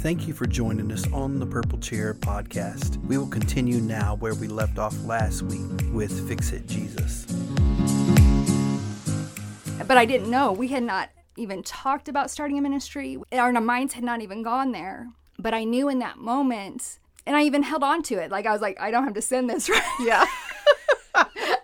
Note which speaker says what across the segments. Speaker 1: Thank you for joining us on the Purple Chair podcast. We will continue now where we left off last week with Fix It Jesus.
Speaker 2: But I didn't know. We had not even talked about starting a ministry, our minds had not even gone there. But I knew in that moment, and I even held on to it. Like, I was like, I don't have to send this, right?
Speaker 3: Yeah.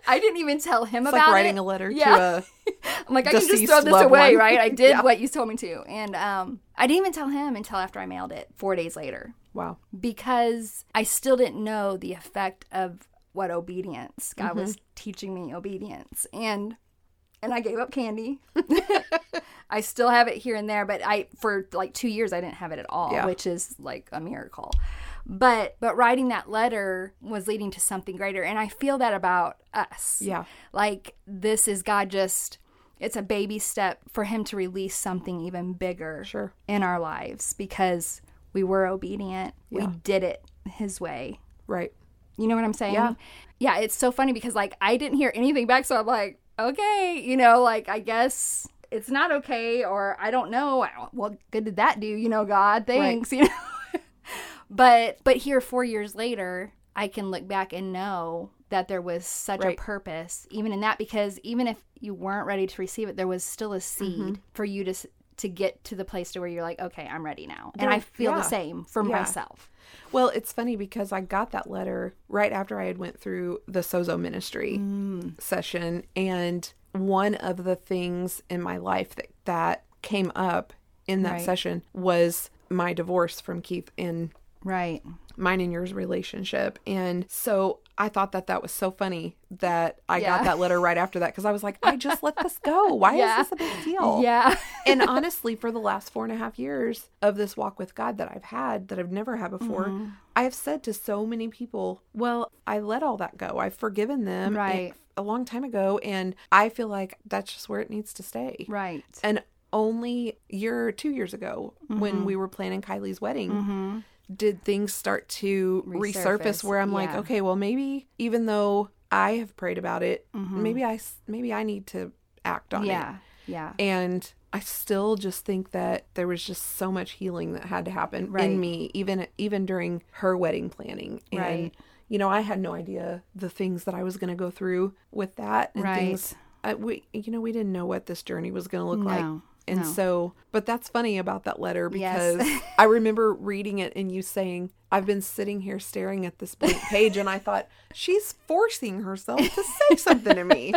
Speaker 2: I didn't even tell him
Speaker 3: It's
Speaker 2: about
Speaker 3: like writing
Speaker 2: it.
Speaker 3: a letter
Speaker 2: Yeah.
Speaker 3: to
Speaker 2: I'm like, I can just
Speaker 3: deceased
Speaker 2: throw this
Speaker 3: loved
Speaker 2: away,
Speaker 3: one.
Speaker 2: right? I did
Speaker 3: Yeah.
Speaker 2: what you told me to. And um, I didn't even tell him until after I mailed it four days later
Speaker 3: a. Wow.
Speaker 2: because I still didn't know the effect of what obedience God was
Speaker 3: Mm-hmm.
Speaker 2: teaching me obedience and and I gave up candy. I still have it here and there, but I for like 2 years I didn't have it at all,
Speaker 3: Yeah.
Speaker 2: which is like a miracle. But but writing that letter was leading to something greater and I feel that about us.
Speaker 3: Yeah.
Speaker 2: Like this is God just it's a baby step for him to release something even bigger
Speaker 3: Sure.
Speaker 2: in our lives because we were obedient. We
Speaker 3: Yeah.
Speaker 2: did it his way.
Speaker 3: Right.
Speaker 2: You know what I'm saying?
Speaker 3: Yeah.
Speaker 2: Yeah, it's so funny because like I didn't hear anything back, so I'm like, okay, you know, like I guess it's not okay, or I don't know. I don't- What good did that do? You know, God, thanks. You know. but but here, four years later, I can look back and know that there was such
Speaker 3: Right.
Speaker 2: a purpose even in that because even if you weren't ready to receive it, there was still a seed
Speaker 3: Mm-hmm.
Speaker 2: for you to s- to get to the place to where you're like, okay, I'm ready now, and I
Speaker 3: There-
Speaker 2: feel
Speaker 3: yeah.
Speaker 2: the same for
Speaker 3: Yeah.
Speaker 2: myself.
Speaker 3: Well, it's funny because I got that letter right after I had went through the Sozo ministry Mm. session and one of the things in my life that that came up in that
Speaker 2: Right.
Speaker 3: session was my divorce from Keith in
Speaker 2: Right.
Speaker 3: mine and yours relationship. And so I thought that that was so funny that I
Speaker 2: Yeah.
Speaker 3: got that letter right after that because I was like, I just let this go. Why
Speaker 2: Yeah.
Speaker 3: is this a big deal?
Speaker 2: Yeah.
Speaker 3: and honestly, for the last four and a half years of this walk with God that I've had that I've never had before,
Speaker 2: Mm-hmm.
Speaker 3: I have said to so many people, Well, I let all that go. I've forgiven them and-
Speaker 2: Right.
Speaker 3: a long time ago. And I feel like that's just where it needs to stay.
Speaker 2: Right.
Speaker 3: And only a year or two years ago, when
Speaker 2: Mm-hmm.
Speaker 3: we were planning Kylie's wedding, did things start to resurface,
Speaker 2: Resurface,
Speaker 3: where I'm like,
Speaker 2: yeah.
Speaker 3: okay, well, maybe even though I have prayed about it, maybe I s- maybe I need to act on it.
Speaker 2: Mm-hmm. yeah. Yeah.
Speaker 3: And I still just think that there was just so much healing that had to happen
Speaker 2: Right.
Speaker 3: in me, even even during her wedding planning. And
Speaker 2: Right.
Speaker 3: you know, I had no idea the things that I was going to go through with that and
Speaker 2: Right.
Speaker 3: things. I, we, you know, we didn't know what this journey was going to look
Speaker 2: No,
Speaker 3: like. And
Speaker 2: no.
Speaker 3: so, but that's funny about that letter
Speaker 2: Yes.
Speaker 3: because I remember reading it and you saying, I've been sitting here staring at this blank page and I thought, she's forcing herself to say something to me.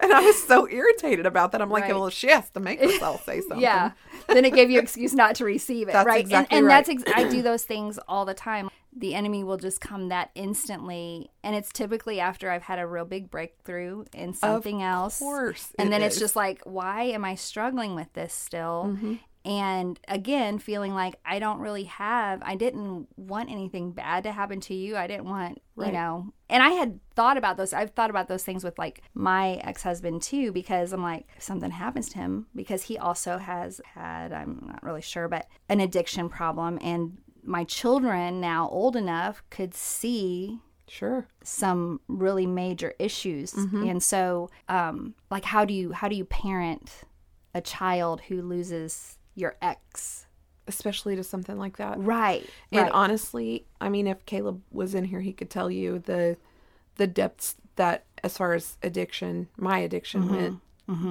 Speaker 3: And I was so irritated about that. I'm like,
Speaker 2: Right.
Speaker 3: well, she has to make herself say something.
Speaker 2: Yeah. then it gave you excuse not to receive it,
Speaker 3: That's
Speaker 2: right?
Speaker 3: exactly
Speaker 2: and and
Speaker 3: right.
Speaker 2: that's ex- I do those things all the time. The enemy will just come that instantly, and it's typically after I've had a real big breakthrough in something else.
Speaker 3: course
Speaker 2: and
Speaker 3: it
Speaker 2: then it's
Speaker 3: is. Mm-hmm.
Speaker 2: just like, why am I struggling with this still? And again, feeling like I don't really have, I didn't want anything bad to happen to you. I didn't want, you
Speaker 3: Right.
Speaker 2: know, and I had thought about those. I've thought about those things with like my ex husband too, because I'm like, if something happens to him, because he also has had, I'm not really sure, but an addiction problem. And my children, now old enough, could see
Speaker 3: Sure.
Speaker 2: some really major issues
Speaker 3: Mm-hmm.
Speaker 2: and so um like how do you how do you parent a child who loses your ex
Speaker 3: Especially to something like that.
Speaker 2: right
Speaker 3: And
Speaker 2: right
Speaker 3: honestly, I mean, if Caleb was in here, he could tell you the the depths that, as far as addiction, my addiction went.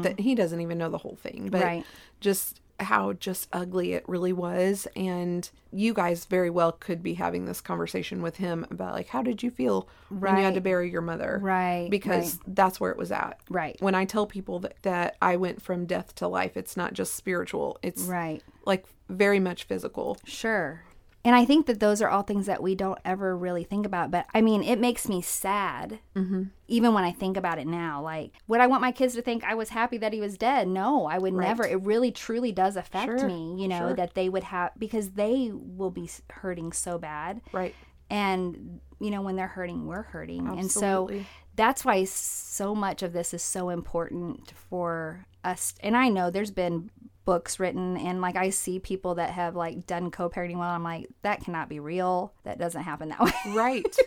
Speaker 3: That he doesn't even know the whole thing, but
Speaker 2: Mm-hmm. Right.
Speaker 3: just how just ugly it really was. And you guys very well could be having this conversation with him about like, how did you feel when you had to
Speaker 2: Right.
Speaker 3: bury your mother?
Speaker 2: Right,
Speaker 3: Because that's where it was at.
Speaker 2: Right.
Speaker 3: When I tell people that, that I went from death to life, it's not just spiritual. It's
Speaker 2: right
Speaker 3: like very much physical.
Speaker 2: sure and i think that those are all things that we don't ever really think about but i mean it makes me sad
Speaker 3: Mm-hmm.
Speaker 2: even when i think about it now like would i want my kids to think i was happy that he was dead no i would never it really truly does affect
Speaker 3: Sure,
Speaker 2: me you know
Speaker 3: sure.
Speaker 2: that they would have because they will be s- hurting so bad
Speaker 3: Right.
Speaker 2: and you know when they're hurting we're hurting and so
Speaker 3: Absolutely.
Speaker 2: that's why so much of this is so important for us and i know there's been books written and like i see people that have like done co-parenting well i'm like that cannot be real that doesn't happen that way
Speaker 3: Right.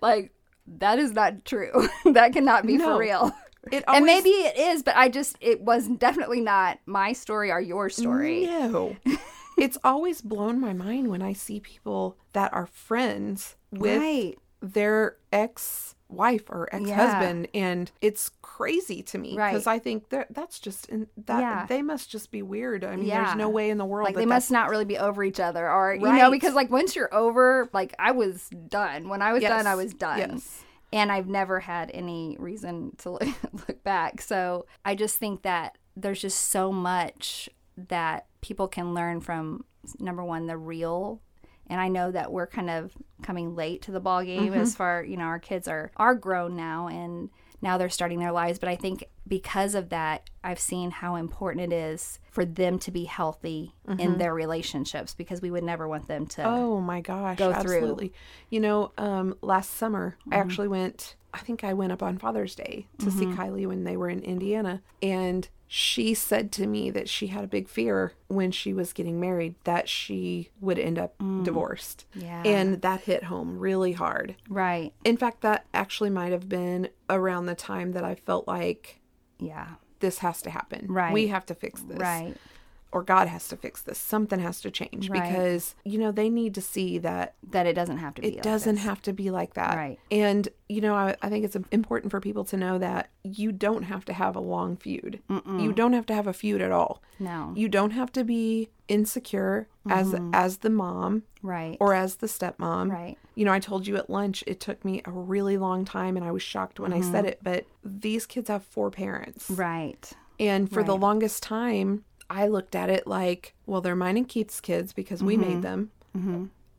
Speaker 2: like that is not true that cannot be
Speaker 3: No.
Speaker 2: for real
Speaker 3: It
Speaker 2: and
Speaker 3: always-
Speaker 2: maybe it is but i just it was definitely not my story or your story
Speaker 3: No. it's always blown my mind when I see people that are friends with
Speaker 2: right.
Speaker 3: their ex wife or ex husband and it's crazy to me
Speaker 2: Right.
Speaker 3: because I think that that's just in that
Speaker 2: Yeah.
Speaker 3: they must just be weird. I mean
Speaker 2: Yeah.
Speaker 3: there's no way in the world
Speaker 2: Like
Speaker 3: that
Speaker 2: they
Speaker 3: that's-
Speaker 2: must not really be over each other, or you know,
Speaker 3: Right.
Speaker 2: because like once you're over, like I was done. When I was done, I
Speaker 3: Yes.
Speaker 2: was done.
Speaker 3: Yes.
Speaker 2: and I've never had any reason to look, look back. So I just think that there's just so much that people can learn from number one, the real. And I know that we're kind of coming late to the ball game
Speaker 3: Mm-hmm.
Speaker 2: as far, you know, our kids are are grown now and now they're starting their lives, but I think because of that, I've seen how important it is for them to be healthy in their relationships because we would never want them to
Speaker 3: Mm-hmm. Oh my gosh,
Speaker 2: go through. Mm-hmm.
Speaker 3: absolutely. You know, um, last summer I actually went. I think I went up on Father's Day to see Kylie when they were in Indiana, and she said to me that she had a big fear when she was getting married that she would end up divorced.
Speaker 2: Mm. Yeah.
Speaker 3: and that hit home really hard.
Speaker 2: right.
Speaker 3: In fact, that actually might have been around the time that I felt like
Speaker 2: Yeah.
Speaker 3: this has to happen.
Speaker 2: Right.
Speaker 3: we have to fix this
Speaker 2: Right.
Speaker 3: or God has to fix this. Something has to change
Speaker 2: Right.
Speaker 3: because you know they need to see that
Speaker 2: That it doesn't have to be
Speaker 3: it
Speaker 2: like
Speaker 3: doesn't
Speaker 2: this.
Speaker 3: have to be like that
Speaker 2: Right.
Speaker 3: and you know I, I think it's important for people to know that you don't have to have a long feud you don't have to have a feud at all
Speaker 2: No.
Speaker 3: you don't have to be insecure as as the mom
Speaker 2: Right.
Speaker 3: or as the stepmom
Speaker 2: Mm-hmm. Right.
Speaker 3: you know i told you at lunch it took me a really long time and i was shocked when i said
Speaker 2: Mm-hmm.
Speaker 3: it but these kids have four parents
Speaker 2: right.
Speaker 3: and for the longest time, I looked at it like, well, they're mine and Keith's kids because we
Speaker 2: Mm-hmm.
Speaker 3: made them.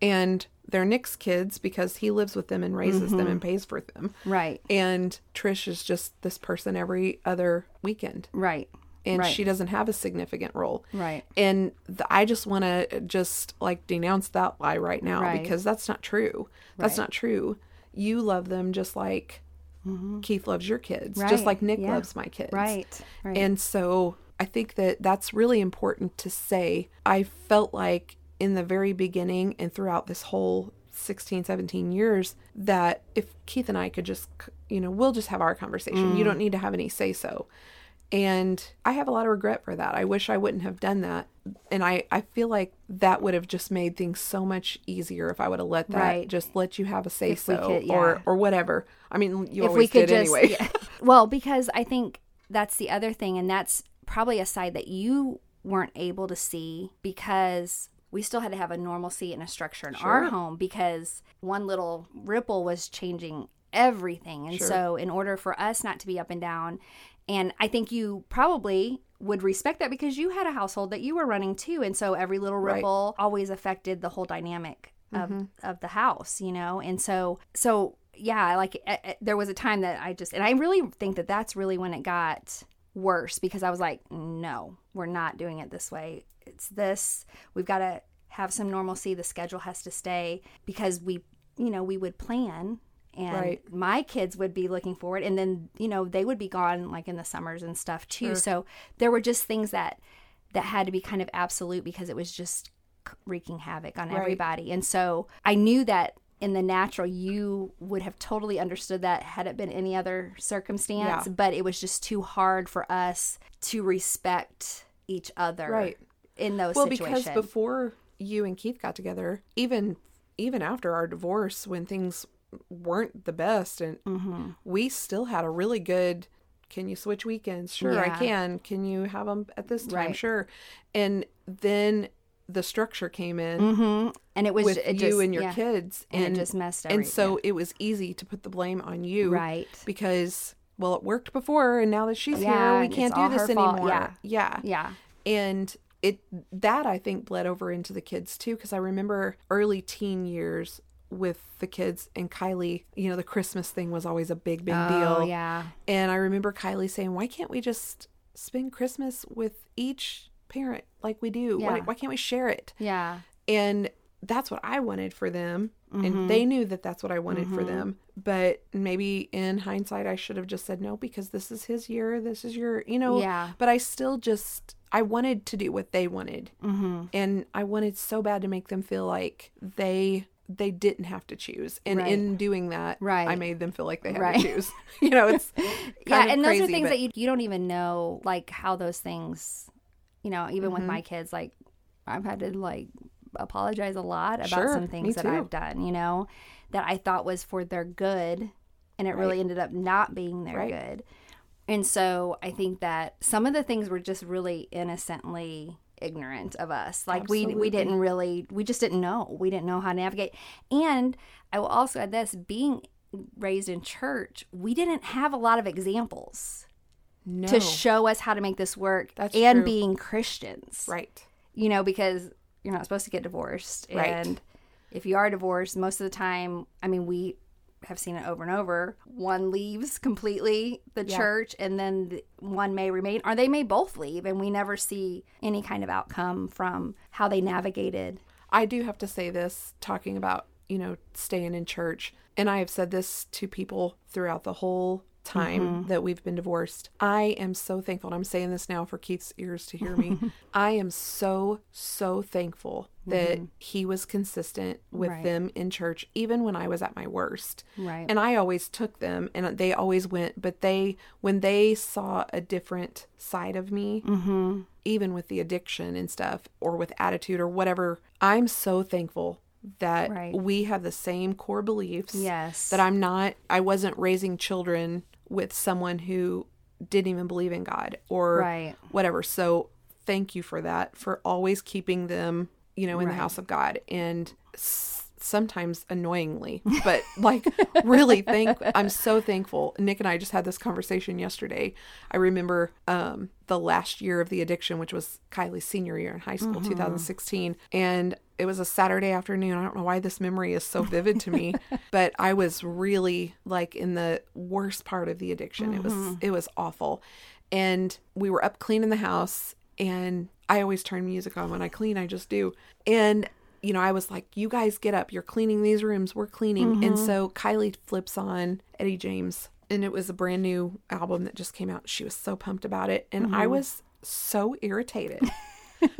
Speaker 3: And they're Nick's kids because he lives with them and raises them
Speaker 2: Mm-hmm.
Speaker 3: and pays for them.
Speaker 2: Right.
Speaker 3: And Trish is just this person every other weekend.
Speaker 2: Right.
Speaker 3: And
Speaker 2: Right.
Speaker 3: she doesn't have a significant role.
Speaker 2: Right.
Speaker 3: And th- I just want to just like denounce that lie right now
Speaker 2: Right.
Speaker 3: because that's not true. That's
Speaker 2: Right.
Speaker 3: not true. You love them just like Keith loves your kids,
Speaker 2: Mm-hmm. Right.
Speaker 3: just like Nick
Speaker 2: Yeah.
Speaker 3: loves my kids.
Speaker 2: Right. Right.
Speaker 3: And so I think that that's really important to say. I felt like in the very beginning and throughout this whole 16, 17 years that if Keith and I could just, c- you know, we'll just have our conversation.
Speaker 2: Mm.
Speaker 3: You don't need to have any say so. And I have a lot of regret for that. I wish I wouldn't have done that. And I, I feel like that would have just made things so much easier if I would have let that
Speaker 2: Right.
Speaker 3: just let you have a say
Speaker 2: we
Speaker 3: so
Speaker 2: could- yeah.
Speaker 3: or or whatever. I mean, you
Speaker 2: if
Speaker 3: always
Speaker 2: we could
Speaker 3: did
Speaker 2: just
Speaker 3: anyway.
Speaker 2: yeah. well because i think that's the other thing and that's probably a side that you weren't able to see because we still had to have a normalcy and a structure in our
Speaker 3: Sure.
Speaker 2: home because one little ripple was changing everything and
Speaker 3: Sure.
Speaker 2: so in order for us not to be up and down and i think you probably would respect that because you had a household that you were running too and so every little
Speaker 3: Right. Mm-hmm.
Speaker 2: ripple always affected the whole dynamic of of the house you know and so so yeah like eh, eh, there was a time that i just and i really think that that's really when it got worse because i was like no we're not doing it this way it's this we've got to have some normalcy the schedule has to stay because we you know we would plan and
Speaker 3: Right.
Speaker 2: my kids would be looking forward and then you know they would be gone like in the summers and stuff too so there were just things that that had to be kind of absolute because it was just wreaking havoc on
Speaker 3: Right.
Speaker 2: everybody. And so I knew that in the natural, you would have totally understood that had it been any other circumstance,
Speaker 3: Yeah.
Speaker 2: but it was just too hard for us to respect each other
Speaker 3: Right.
Speaker 2: in those
Speaker 3: well
Speaker 2: situations.
Speaker 3: because before you and keith got together even even after our divorce when things weren't the best and
Speaker 2: Mm-hmm.
Speaker 3: we still had a really good can you switch weekends sure i
Speaker 2: Yeah.
Speaker 3: can can you have them at this time
Speaker 2: Right.
Speaker 3: sure and then the structure came in
Speaker 2: hmm And it was
Speaker 3: with
Speaker 2: it
Speaker 3: you
Speaker 2: just-
Speaker 3: and your
Speaker 2: yeah.
Speaker 3: kids
Speaker 2: And it just messed
Speaker 3: and
Speaker 2: everything
Speaker 3: so it was easy to put the blame on you
Speaker 2: Right.
Speaker 3: because well it worked before and now that she's
Speaker 2: Yeah,
Speaker 3: here
Speaker 2: and
Speaker 3: we
Speaker 2: it's
Speaker 3: can't
Speaker 2: all
Speaker 3: do this
Speaker 2: her fault.
Speaker 3: anymore
Speaker 2: Yeah.
Speaker 3: yeah
Speaker 2: Yeah.
Speaker 3: and it that i think bled over into the kids too because i remember early teen years with the kids and kylie you know the christmas thing was always a big big
Speaker 2: Oh,
Speaker 3: deal
Speaker 2: yeah.
Speaker 3: and i remember kylie saying why can't we just spend christmas with each parent like we do why,
Speaker 2: Yeah.
Speaker 3: why can't we share it
Speaker 2: Yeah.
Speaker 3: and that's what i wanted for them
Speaker 2: Mm-hmm.
Speaker 3: and they knew that that's what i wanted for them but maybe in hindsight i should have just said no because this is his year this is your you know
Speaker 2: Yeah.
Speaker 3: but i still just i wanted to do what they wanted
Speaker 2: Mm-hmm.
Speaker 3: and i wanted so bad to make them feel like they they didn't have to choose and
Speaker 2: Right.
Speaker 3: in doing that
Speaker 2: Right.
Speaker 3: i made them feel like they had
Speaker 2: Right.
Speaker 3: to choose you know it's
Speaker 2: yeah,
Speaker 3: kind of
Speaker 2: and
Speaker 3: crazy,
Speaker 2: those are things
Speaker 3: but- Mm-hmm.
Speaker 2: that you you don't even know like how those things, you know, even with my kids, like I've had to like apologize a lot about
Speaker 3: Sure,
Speaker 2: some
Speaker 3: me
Speaker 2: things that
Speaker 3: too.
Speaker 2: I've done, you know, that I thought was for their good and it really ended up not being their
Speaker 3: Right.
Speaker 2: good. And so I think that some of the things were just really innocently ignorant of us. Like we we
Speaker 3: Absolutely.
Speaker 2: didn't really we just didn't know. We didn't know how to navigate. And I will also add this being raised in church, we didn't have a lot of examples
Speaker 3: No.
Speaker 2: to show us how to make this work
Speaker 3: That's
Speaker 2: and
Speaker 3: true.
Speaker 2: being Christians.
Speaker 3: right.
Speaker 2: You know, because you're not supposed to get divorced.
Speaker 3: Right.
Speaker 2: And if you are divorced, most of the time, I mean, we have seen it over and over. One leaves completely the
Speaker 3: Yeah.
Speaker 2: church and then the, one may remain or they may both leave and we never see any kind of outcome from how they navigated.
Speaker 3: I do have to say this talking about, you know, staying in church. And I have said this to people throughout the whole time
Speaker 2: Mm-hmm.
Speaker 3: that we've been divorced. I am so thankful. And I'm saying this now for Keith's ears to hear me. I am so, so thankful that he was consistent with
Speaker 2: Mm-hmm. Right.
Speaker 3: them in church, even when I was at my worst.
Speaker 2: Right.
Speaker 3: And I always took them and they always went, but they, when they saw a different side of me, even with the addiction and stuff or with attitude or whatever i'm so thankful that
Speaker 2: Right.
Speaker 3: we have the same core beliefs
Speaker 2: Yes.
Speaker 3: that i'm not i wasn't raising children with someone who didn't even believe in god or
Speaker 2: Right.
Speaker 3: whatever so thank you for that for always keeping them you know in the house of god and s- sometimes annoyingly but like really thank i'm so thankful nick and i just had this conversation yesterday i remember um the last year of the addiction which was kylie's senior year in high school 2016 and it was a saturday afternoon i don't know why this memory is so vivid to me but i was really like in the worst part of the addiction it was it was awful and we were up cleaning the house and I always turn music on when I clean, I just do. And you know, I was like, "You guys get up. You're cleaning these rooms. We're cleaning." And so Kylie flips on Eddie James, and it was a brand new album that just came out. She was so pumped about it, and I was so irritated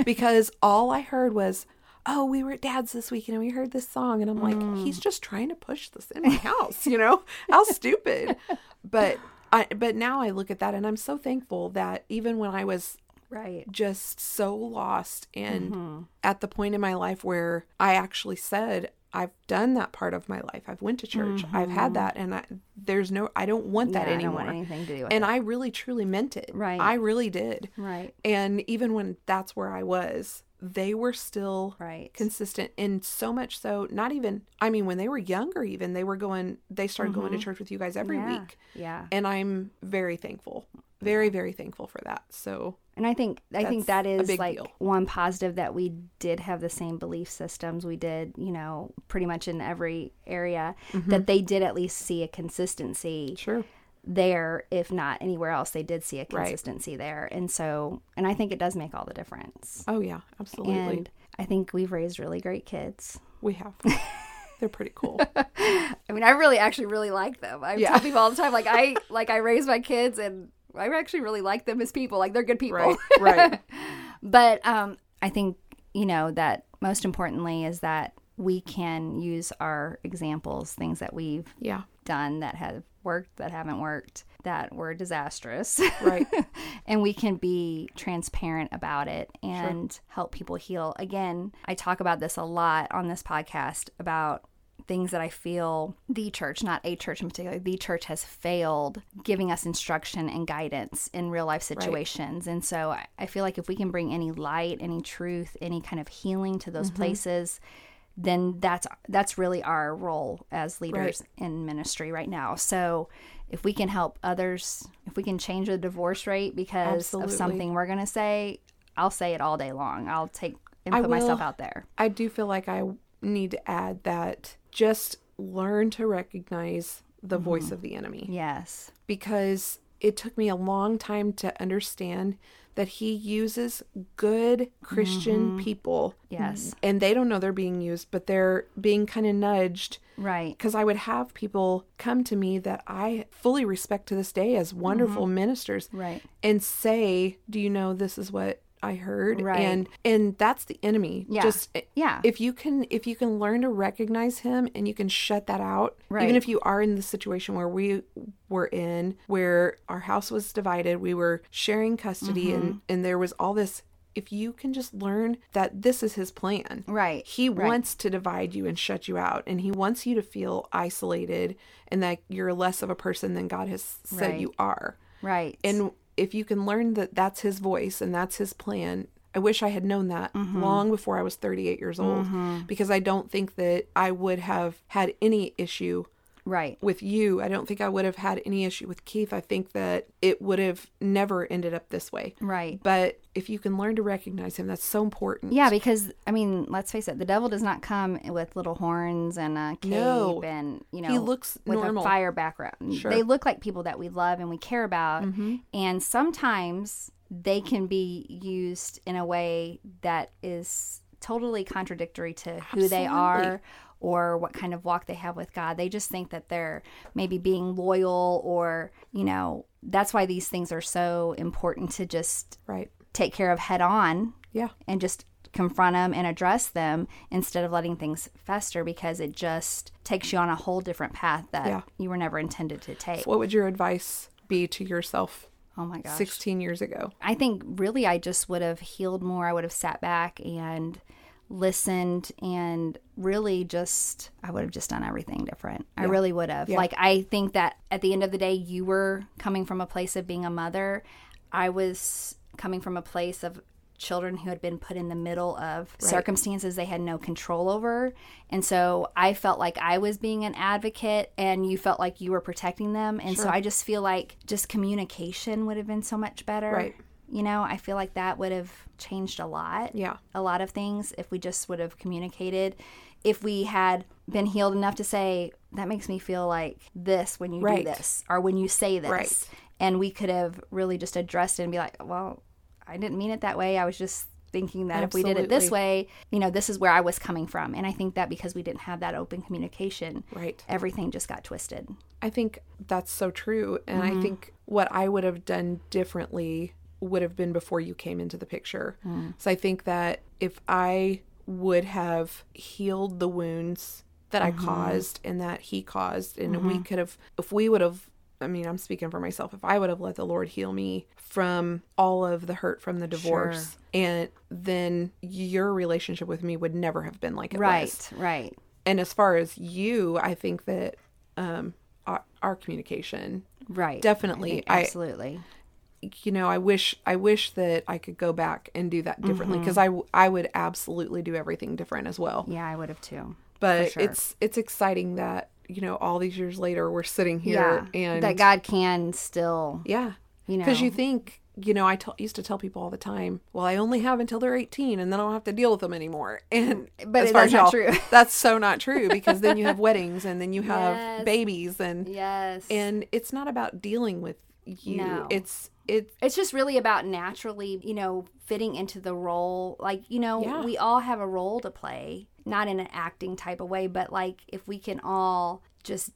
Speaker 3: because all I heard was, "Oh, we were at Dad's this weekend, and we heard this song," and I'm like,
Speaker 2: Mm.
Speaker 3: "He's just trying to push this in my house, you know? How stupid!" But I, but now I look at that, and I'm so thankful that even when I was
Speaker 2: Right.
Speaker 3: just so lost and
Speaker 2: Mm-hmm.
Speaker 3: at the point in my life where I actually said I've done that part of my life. I've went to church. I've had that and I, there's no I don't want that
Speaker 2: Mm-hmm. Yeah, I don't
Speaker 3: anymore.
Speaker 2: want anything to do with
Speaker 3: and I really truly meant it.
Speaker 2: Right.
Speaker 3: I really did.
Speaker 2: it. Right.
Speaker 3: And even when that's where I was, they were still
Speaker 2: Right.
Speaker 3: consistent and so much so not even I mean when they were younger even they were going they started going to church with you guys every
Speaker 2: Mm-hmm. Yeah.
Speaker 3: week.
Speaker 2: Yeah.
Speaker 3: And I'm very thankful. Very very thankful for that. So
Speaker 2: And I think I think that
Speaker 3: That's a
Speaker 2: is
Speaker 3: big
Speaker 2: like
Speaker 3: deal.
Speaker 2: one positive that we did have the same belief systems. We did, you know, pretty much in every area
Speaker 3: Mm-hmm.
Speaker 2: that they did at least see a consistency
Speaker 3: sure.
Speaker 2: there, if not anywhere else. They did see a
Speaker 3: Right.
Speaker 2: consistency there, and so and I think it does make all the difference.
Speaker 3: Oh yeah, absolutely.
Speaker 2: And I think we've raised really great kids.
Speaker 3: We have. They're pretty cool.
Speaker 2: I mean, I really actually really like them. I
Speaker 3: Yeah.
Speaker 2: tell people all the time, like I like I raise my kids, and I actually really like them as people. Like they're good people.
Speaker 3: right, right.
Speaker 2: But um, I think, you know, that most importantly is that we can use our examples, things that we've
Speaker 3: Yeah,
Speaker 2: done that have worked, that haven't worked, that were disastrous.
Speaker 3: right.
Speaker 2: and we can be transparent about it and help people heal. Again, I talk about this a lot on this podcast about things that I feel the church, not a church in particular, the church has failed giving us instruction and guidance in real life situations. And so I- I feel like if we can bring any light, any truth, any kind of healing to those places, then that's that's really our role as leaders in ministry right now. So if we can help others, if we can change the divorce rate because
Speaker 3: Absolutely.
Speaker 2: of something we're gonna say, I'll say it all day long. I'll take and
Speaker 3: I
Speaker 2: put myself
Speaker 3: will.
Speaker 2: out there.
Speaker 3: I do feel like I need to add that just learn to recognize the
Speaker 2: Mm-hmm.
Speaker 3: voice of the enemy
Speaker 2: Yes.
Speaker 3: because it took me a long time to understand that he uses good Christian people.
Speaker 2: Mm-hmm. Yes.
Speaker 3: And they don't know they're being used, but they're being kind of nudged
Speaker 2: Right.
Speaker 3: because I would have people come to me that I fully respect to this day as wonderful ministers,
Speaker 2: Mm-hmm. Right.
Speaker 3: And say, "Do you know this is what I heard?"
Speaker 2: Right.
Speaker 3: And and that's the enemy.
Speaker 2: Yeah.
Speaker 3: Just
Speaker 2: Yeah.
Speaker 3: if you can if you can learn to recognize him and you can shut that out
Speaker 2: Right.
Speaker 3: even if you are in the situation where we were
Speaker 2: Mm-hmm.
Speaker 3: in where our house was divided we were sharing custody and and there was all this if you can just learn that this is his plan.
Speaker 2: Right,
Speaker 3: He
Speaker 2: right.
Speaker 3: wants to divide you and shut you out, and he wants you to feel isolated and that you're less of a person than God has said
Speaker 2: Right.
Speaker 3: you are.
Speaker 2: right.
Speaker 3: And if you can learn that that's his voice and that's his plan, I wish I had known that
Speaker 2: Mm-hmm.
Speaker 3: long before I was 38 years old because I don't think that I would have had any issue
Speaker 2: right.
Speaker 3: with you. I don't think I would have had any issue with Keith. I think that it would have never ended up this way.
Speaker 2: Right.
Speaker 3: But if you can learn to recognize him, that's so important.
Speaker 2: Yeah, because I mean, let's face it, the devil does not come with little horns and a cape
Speaker 3: No.
Speaker 2: and you know
Speaker 3: He looks
Speaker 2: with
Speaker 3: normal.
Speaker 2: a fire background.
Speaker 3: Sure. Mm-hmm.
Speaker 2: They look like people that we love and we care about, and sometimes they can be used in a way that is totally contradictory to who they
Speaker 3: Absolutely.
Speaker 2: are or what kind of walk they have with God. They just think that they're maybe being loyal or, you know, that's why these things are so important to just
Speaker 3: Right.
Speaker 2: take care of head on
Speaker 3: Yeah.
Speaker 2: and just confront them and address them instead of letting things fester because it just takes you on a whole different path that
Speaker 3: Yeah.
Speaker 2: you were never intended to take.
Speaker 3: What would your advice be to yourself
Speaker 2: oh my gosh.
Speaker 3: 16 years ago?
Speaker 2: I think really I just would have healed more. I would have sat back and listened and really just I would have just done everything different. I really would have. Like I think that at the end of the day you were coming from a place of being a mother. I was coming from a place of children who had been put in the middle of circumstances they had no control over. And so I felt like I was being an advocate and you felt like you were protecting them. And so I just feel like just communication would have been so much better.
Speaker 3: Right.
Speaker 2: You know, I feel like that would have changed a lot.
Speaker 3: Yeah.
Speaker 2: A lot of things if we just would have communicated. If we had been healed enough to say, that makes me feel like this when you
Speaker 3: Right.
Speaker 2: do this or when you say this.
Speaker 3: Right.
Speaker 2: And we could have really just addressed it and be like, well, I didn't mean it that way. I was just thinking that if we did it this
Speaker 3: Absolutely.
Speaker 2: way, you know, this is where I was coming from. And I think that because we didn't have that open communication,
Speaker 3: Right.
Speaker 2: everything just got twisted.
Speaker 3: I think that's so true. And I think what I would have done differently would have been before you came into the picture. So I think that if I would have healed the wounds that I caused and that he caused, and we could have, if we would have, I mean, I'm speaking for myself, if I would have let the Lord heal me from all of the hurt from the divorce, and then your relationship with me would never have been like it was
Speaker 2: right.
Speaker 3: and as far as you, I think that um, our, our communication,
Speaker 2: Right.
Speaker 3: Definitely.
Speaker 2: I think
Speaker 3: I-
Speaker 2: absolutely.
Speaker 3: you know, I wish I wish that I could go back and do that differently because I I would absolutely do everything different as well.
Speaker 2: Mm-hmm. yeah, I would have too.
Speaker 3: but
Speaker 2: sure.
Speaker 3: it's it's exciting that you know all these years later we're sitting here
Speaker 2: yeah.
Speaker 3: and
Speaker 2: that God can still,
Speaker 3: yeah,
Speaker 2: you know.
Speaker 3: because you think you know I tell used to tell people all the time, well I only have until they're eighteen and then I don't have to deal with them anymore. And
Speaker 2: But
Speaker 3: as
Speaker 2: it-
Speaker 3: far
Speaker 2: that's not
Speaker 3: as y'all-
Speaker 2: true.
Speaker 3: that's so not true because then you have weddings and then you have
Speaker 2: Yes.
Speaker 3: babies and
Speaker 2: yes.
Speaker 3: and it's not about dealing with you
Speaker 2: No.
Speaker 3: it's it
Speaker 2: it's just really about naturally, you know, fitting into the role. Like, you know,
Speaker 3: Yeah.
Speaker 2: we all have a role to play, not in an acting type of way, but like if we can all just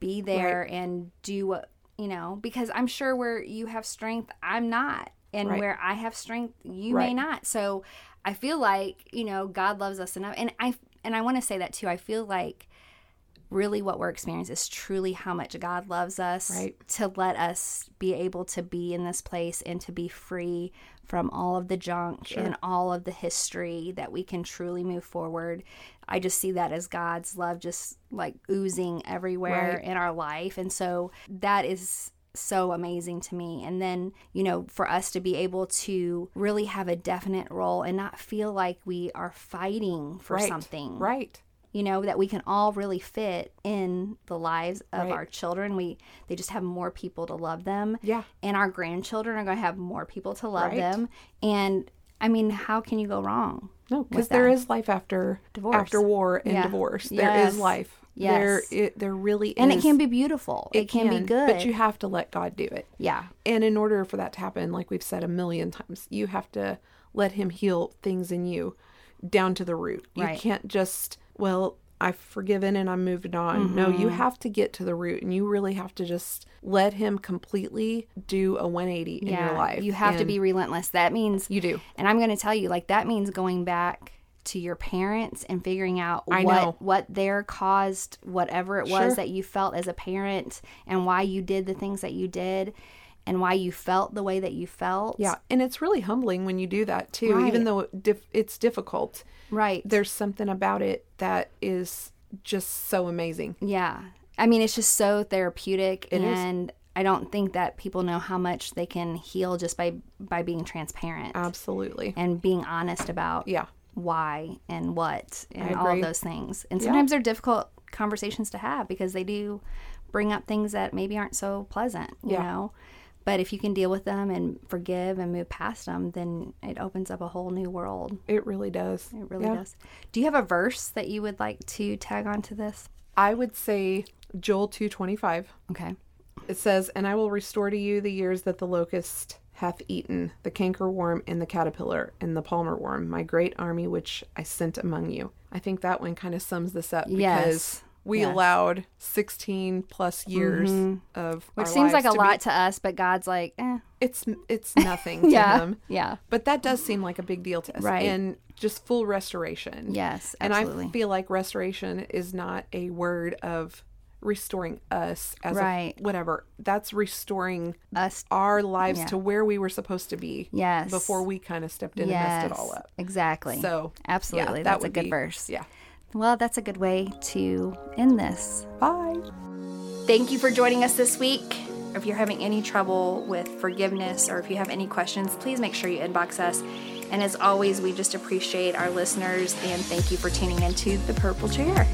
Speaker 2: be there and do what, you know, because I'm sure where you have strength, I'm not. And
Speaker 3: Right.
Speaker 2: where I have strength, you may
Speaker 3: Right.
Speaker 2: not. So I feel like, you know, God loves us enough. And I and I want to say that too. I feel like really what we're experiencing is truly how much God loves us
Speaker 3: Right.
Speaker 2: to let us be able to be in this place and to be free from all of the junk and all of the history that we can truly move forward. I just see that as God's love just like oozing everywhere
Speaker 3: Right.
Speaker 2: in our life. And so that is so amazing to me. And then, you know, for us to be able to really have a definite role and not feel like we are fighting for
Speaker 3: right,
Speaker 2: something
Speaker 3: right
Speaker 2: you know that we can all really fit in the lives of
Speaker 3: Right.
Speaker 2: our children we they just have more people to love them
Speaker 3: yeah
Speaker 2: and our grandchildren are going to have more people to love
Speaker 3: Right.
Speaker 2: them and i mean how can you go wrong
Speaker 3: no because
Speaker 2: with
Speaker 3: there
Speaker 2: that.
Speaker 3: is life after
Speaker 2: Divorce.
Speaker 3: after war and
Speaker 2: Yeah.
Speaker 3: divorce there
Speaker 2: Yes.
Speaker 3: is life there
Speaker 2: Yes.
Speaker 3: it there really is
Speaker 2: and it can be beautiful it, can, be good
Speaker 3: but you have to let god do it
Speaker 2: yeah
Speaker 3: and in order for that to happen like we've said a million times you have to let him heal things in you down to the root
Speaker 2: Right.
Speaker 3: you can't just well i've forgiven and i'm moving on no
Speaker 2: Mm-hmm.
Speaker 3: you have to get to the root and you really have to just let him completely do a 180 in
Speaker 2: yeah
Speaker 3: your life
Speaker 2: you have to
Speaker 3: And
Speaker 2: be relentless that means
Speaker 3: you do
Speaker 2: and i'm going to tell you like that means going back to your parents and figuring out
Speaker 3: I
Speaker 2: what
Speaker 3: know.
Speaker 2: what their caused whatever it was
Speaker 3: Sure.
Speaker 2: that you felt as a parent and why you did the things that you did and why you felt the way that you felt.
Speaker 3: Yeah, and it's really humbling when you do that too.
Speaker 2: Right.
Speaker 3: Even though it dif- it's difficult,
Speaker 2: Right.
Speaker 3: there's something about it that is just so amazing.
Speaker 2: Yeah. I mean, it's just so therapeutic
Speaker 3: is.
Speaker 2: and I don't think that people know how much they can heal just by by being transparent
Speaker 3: Absolutely.
Speaker 2: and being honest about
Speaker 3: Yeah.
Speaker 2: why and what and all of
Speaker 3: agree.
Speaker 2: those things. And sometimes they're difficult conversations to have because they do bring up things that maybe aren't so pleasant, you
Speaker 3: Yeah.
Speaker 2: know. But if you can deal with them and forgive and move past them, then it opens up a whole new world.
Speaker 3: It really does.
Speaker 2: It really does. Do you have a verse that you would like to tag onto this?
Speaker 3: I would say Joel 225.
Speaker 2: Okay.
Speaker 3: It says, "And I will restore to you the years that the locust hath eaten, the cankerworm and the caterpillar and the palmer worm, my great army which I sent among you." I think that one kind of sums this up because
Speaker 2: Yes.
Speaker 3: we
Speaker 2: Yes. Mm-hmm.
Speaker 3: allowed 16 plus years of
Speaker 2: Which
Speaker 3: our
Speaker 2: seems like
Speaker 3: lives
Speaker 2: a
Speaker 3: to be-
Speaker 2: lot to us, but God's like, eh.
Speaker 3: it's it's nothing
Speaker 2: Yeah.
Speaker 3: to him.
Speaker 2: Yeah.
Speaker 3: But that does seem like a big deal to us.
Speaker 2: Right.
Speaker 3: And just full restoration.
Speaker 2: Yes,
Speaker 3: And
Speaker 2: absolutely.
Speaker 3: I feel like restoration is not a word of restoring us as a-
Speaker 2: Right.
Speaker 3: whatever. That's restoring
Speaker 2: Us.
Speaker 3: our lives
Speaker 2: Yeah.
Speaker 3: to where we were supposed to be
Speaker 2: Yes.
Speaker 3: before we kind of stepped in
Speaker 2: yes.
Speaker 3: and messed it all up.
Speaker 2: Exactly.
Speaker 3: So yeah,
Speaker 2: absolutely.
Speaker 3: that
Speaker 2: that's a
Speaker 3: would
Speaker 2: good
Speaker 3: be-
Speaker 2: verse.
Speaker 3: Yeah.
Speaker 2: Well, that's a good way to end this.
Speaker 3: Bye.
Speaker 2: Thank you for joining us this week. If you're having any trouble with forgiveness or if you have any questions, please make sure you inbox us. And as always, we just appreciate our listeners and thank you for tuning into The Purple Chair.